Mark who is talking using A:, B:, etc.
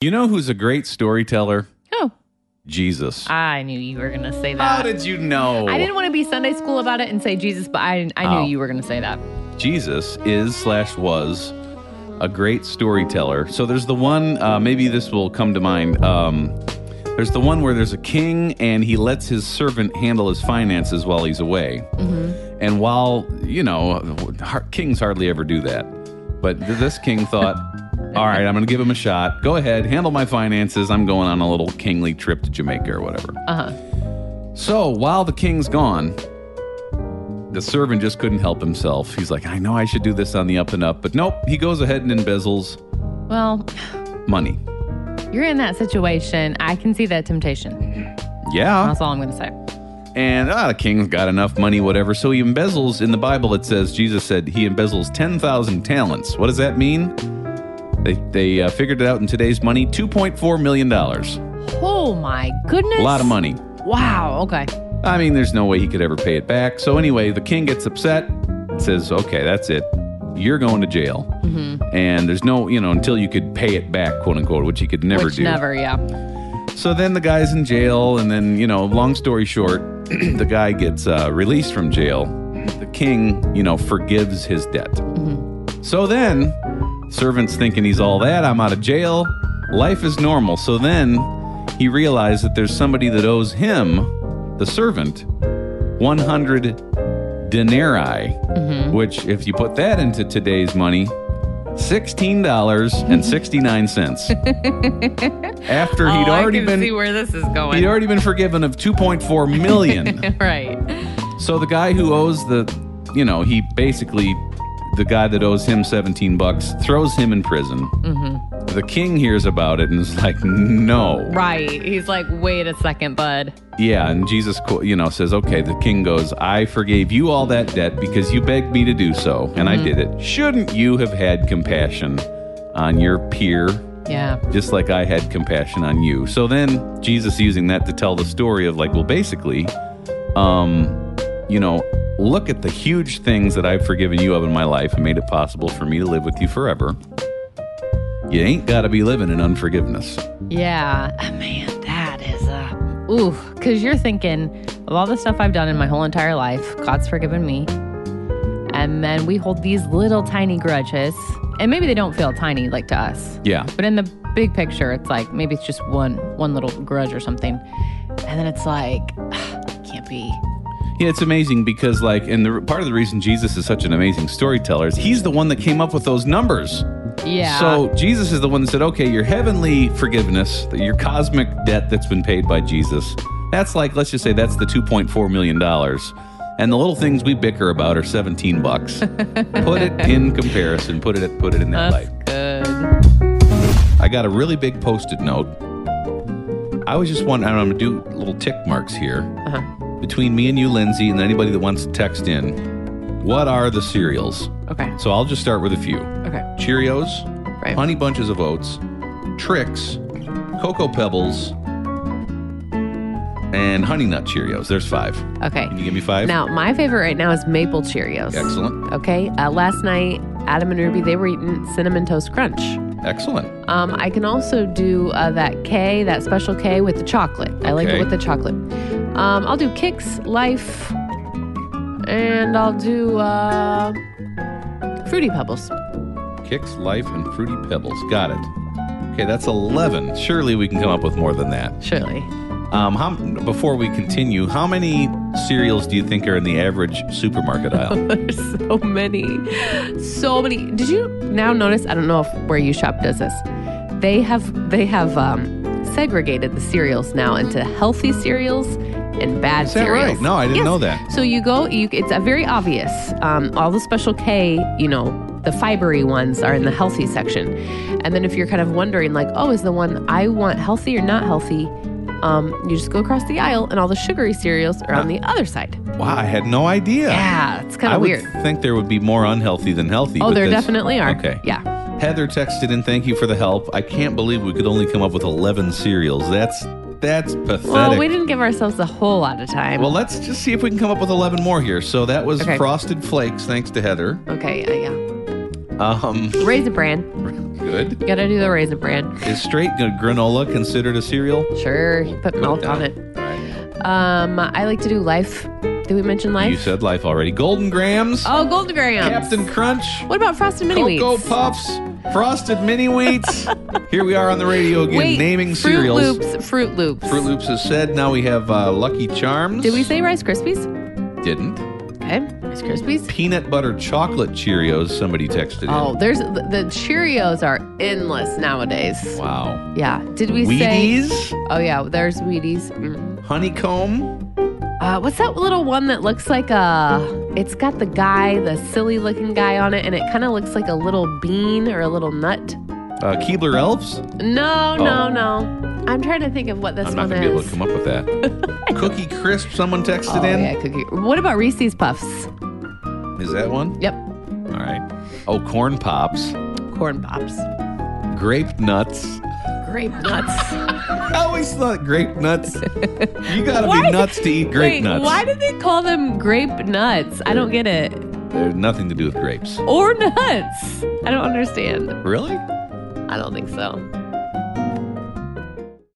A: You know who's a great storyteller?
B: Oh,
A: Jesus.
B: I knew you were going to say
A: How
B: that.
A: did you know?
B: I didn't want to be Sunday school about it and say Jesus, but I, I knew
A: Oh.
B: you were going to say that.
A: Jesus is slash was a great storyteller. So there's the one, uh, maybe this will come to mind. Um, there's the one where there's a king and he lets his servant handle his finances while he's away. And while, you know, har- kings hardly ever do that. But th- this king thought, all right, I'm going to give him a shot. Go ahead, handle my finances. I'm going on a little kingly trip to Jamaica or whatever.
B: Uh huh.
A: So while the king's gone, the servant just couldn't help himself. He's like, I know I should do this on the up and up, but nope, he goes ahead and embezzles
B: Well,
A: money.
B: you're in that situation. I can see that temptation.
A: Yeah.
B: That's all I'm going to say.
A: And ah, the king's got enough money, whatever. So he embezzles. In the Bible, it says, Jesus said he embezzles 10,000 talents. What does that mean? They, they uh, figured it out in today's money $2.4 million. A
B: Oh my goodness.
A: lot of money.
B: Wow. Okay.
A: I mean, there's no way he could ever pay it back. So anyway, the king gets upset, says, "Okay, that's it. You're going to jail."
B: Mm-hmm.
A: And there's no, you know, until you could pay it back, quote unquote, which he could never
B: Which
A: do.
B: never, yeah.
A: So then the guy's in jail, and then you know, long story short, the guy gets uh, released from jail. The king, you know, forgives his debt. So then, servants thinking he's all that. I'm out of jail. Life is normal. So then, he realized that there's somebody that owes him, the servant, 100 denarii,
B: Mm-hmm.
A: which, if you put that into today's money. Sixteen dollars and sixty nine cents. After he'd
B: oh,
A: already
B: I can
A: been
B: see where this is going.
A: He'd already been forgiven of 2.4 million.
B: right.
A: so the guy who owes the, you know, he basically, the guy that owes him 17 bucks throws him in prison. The king hears about it and is like, no.
B: Right. He's like, wait a second, bud.
A: Yeah, and Jesus, co- you know, says, okay. The king goes, I forgave you all that debt because you begged me to do so, and I did it. Shouldn't you have had compassion on your peer?
B: Yeah.
A: just like I had compassion on you. So then Jesus using that to tell the story of like, well, basically, um, you know, look at the huge things that I've forgiven you of in my life and made it possible for me to live with you forever. You ain't got to be living in unforgiveness.
B: Yeah. Ah, Man, that is a. Ooh, because you're thinking of all the stuff I've done in my whole entire life, God's forgiven me. And then we hold these little tiny grudges. And maybe they don't feel tiny like to us.
A: Yeah.
B: But in the big picture, it's like maybe it's just one one little grudge or something. And then it's like, can't be.
A: Yeah, it's amazing because like, and the part of the reason Jesus is such an amazing storyteller is he's the one that came up with those numbers.
B: Yeah.
A: So Jesus is the one that said, okay, your heavenly forgiveness, your cosmic debt that's been paid by Jesus, that's like, let's just say that's the $2.4 million. And the little things we bicker about are 17 bucks. put it in comparison, put it, put it in that
B: that's
A: light.
B: good.
A: I got a really big post-it note. I was just wondering, I'm going to do little tick marks here. Between me and you, Lindsay, and anybody that wants to text in, what are the cereals?
B: Okay.
A: So I'll just start with a few.
B: Okay.
A: Cheerios,
B: Right.
A: Honey Bunches of Oats, Trix, Cocoa Pebbles, and Honey Nut Cheerios. There's five.
B: Okay.
A: Can you give me five?
B: Now, my favorite right now is maple Cheerios.
A: Excellent.
B: Okay. Uh, last night, Adam and Ruby they were eating cinnamon toast crunch.
A: Excellent.
B: Um, I can also do uh, that K, that special K with the chocolate. I like it
A: Okay.
B: with the chocolate. Um, I'll do Kicks Life, and I'll do uh, Fruity Pebbles.
A: Kicks, Life, and Fruity Pebbles. Got it. Okay, that's 11. Surely we can come up with more than that.
B: Surely.
A: Um, how, before we continue, how many cereals do you think are in the average supermarket aisle?
B: There's so many. So many. Did you now notice? I don't know if where you shop does this. They have they have um, segregated the cereals now into healthy cereals and bad
A: Is that
B: cereals.
A: right? No, I didn't
B: Yes.
A: know that.
B: So you go, you, it's a very obvious. Um, all the special K, you know, the fibery ones are in the healthy section. And then if you're kind of wondering, like, oh, is the one I want healthy or not healthy? Um, you just go across the aisle, and all the sugary cereals are on the other side.
A: Wow, I had no idea.
B: Yeah, it's kind
A: I
B: of weird.
A: would think there would be more unhealthy than healthy.
B: Oh,
A: but
B: there
A: this-
B: definitely are.
A: Okay.
B: Yeah.
A: Heather texted in, thank you for the help. I can't believe we could only come up with 11 cereals. That's that's pathetic.
B: Well, we didn't give ourselves a whole lot of time.
A: Well, let's just see if we can come up with 11 more here. So that was
B: Okay.
A: Frosted Flakes, thanks to Heather.
B: okay. Yeah. yeah.
A: Um,
B: Raisin bran.
A: good.
B: Gotta do the raisin bran.
A: Is straight gr- granola considered a cereal?
B: Sure, you put milk on it.
A: All right.
B: Um, I like to do life. Did we mention life?
A: You said life already. Golden grams,
B: oh, golden grams.
A: Captain Crunch,
B: What about frosted mini wheats?
A: Cocoa Puffs, Frosted Mini Wheats. Here we are on the radio again,
B: Wait,
A: naming
B: Fruit
A: cereals.
B: Loops. Fruit Loops.
A: Fruit Loops is said. Now we have uh, Lucky Charms.
B: Did we say Rice Krispies?
A: Didn't.
B: Okay,
A: Mm.
B: Rice Krispies.
A: Peanut butter chocolate Cheerios. Somebody texted in.
B: Oh, there's the, the Cheerios are endless nowadays.
A: wow.
B: Yeah. Did we say?
A: Wheaties,
B: Oh yeah, there's Wheaties. Mm.
A: honeycomb.
B: Uh, what's that little one that looks like a? It's got the guy, the silly looking guy on it, and it kind of looks like a little bean or a little nut.
A: Uh, Keebler Elves.
B: No,
A: Oh.
B: no, no. I'm trying to think of what this
A: I'm not
B: one
A: gonna be able
B: is.
A: to come up with that. Cookie Crisp. Someone texted
B: oh
A: in.
B: yeah, cookie. What about Reese's Puffs?
A: Is that one?
B: Yep,
A: All right. Oh, corn pops,
B: corn pops,
A: grape nuts.
B: grape nuts.
A: I always thought grape nuts. You gotta
B: Why-
A: be nuts to eat grape
B: Wait,
A: nuts.
B: why did they call them grape nuts? I don't get it.
A: There's nothing to do with grapes.
B: Or nuts. I don't understand.
A: Really?
B: I don't think so.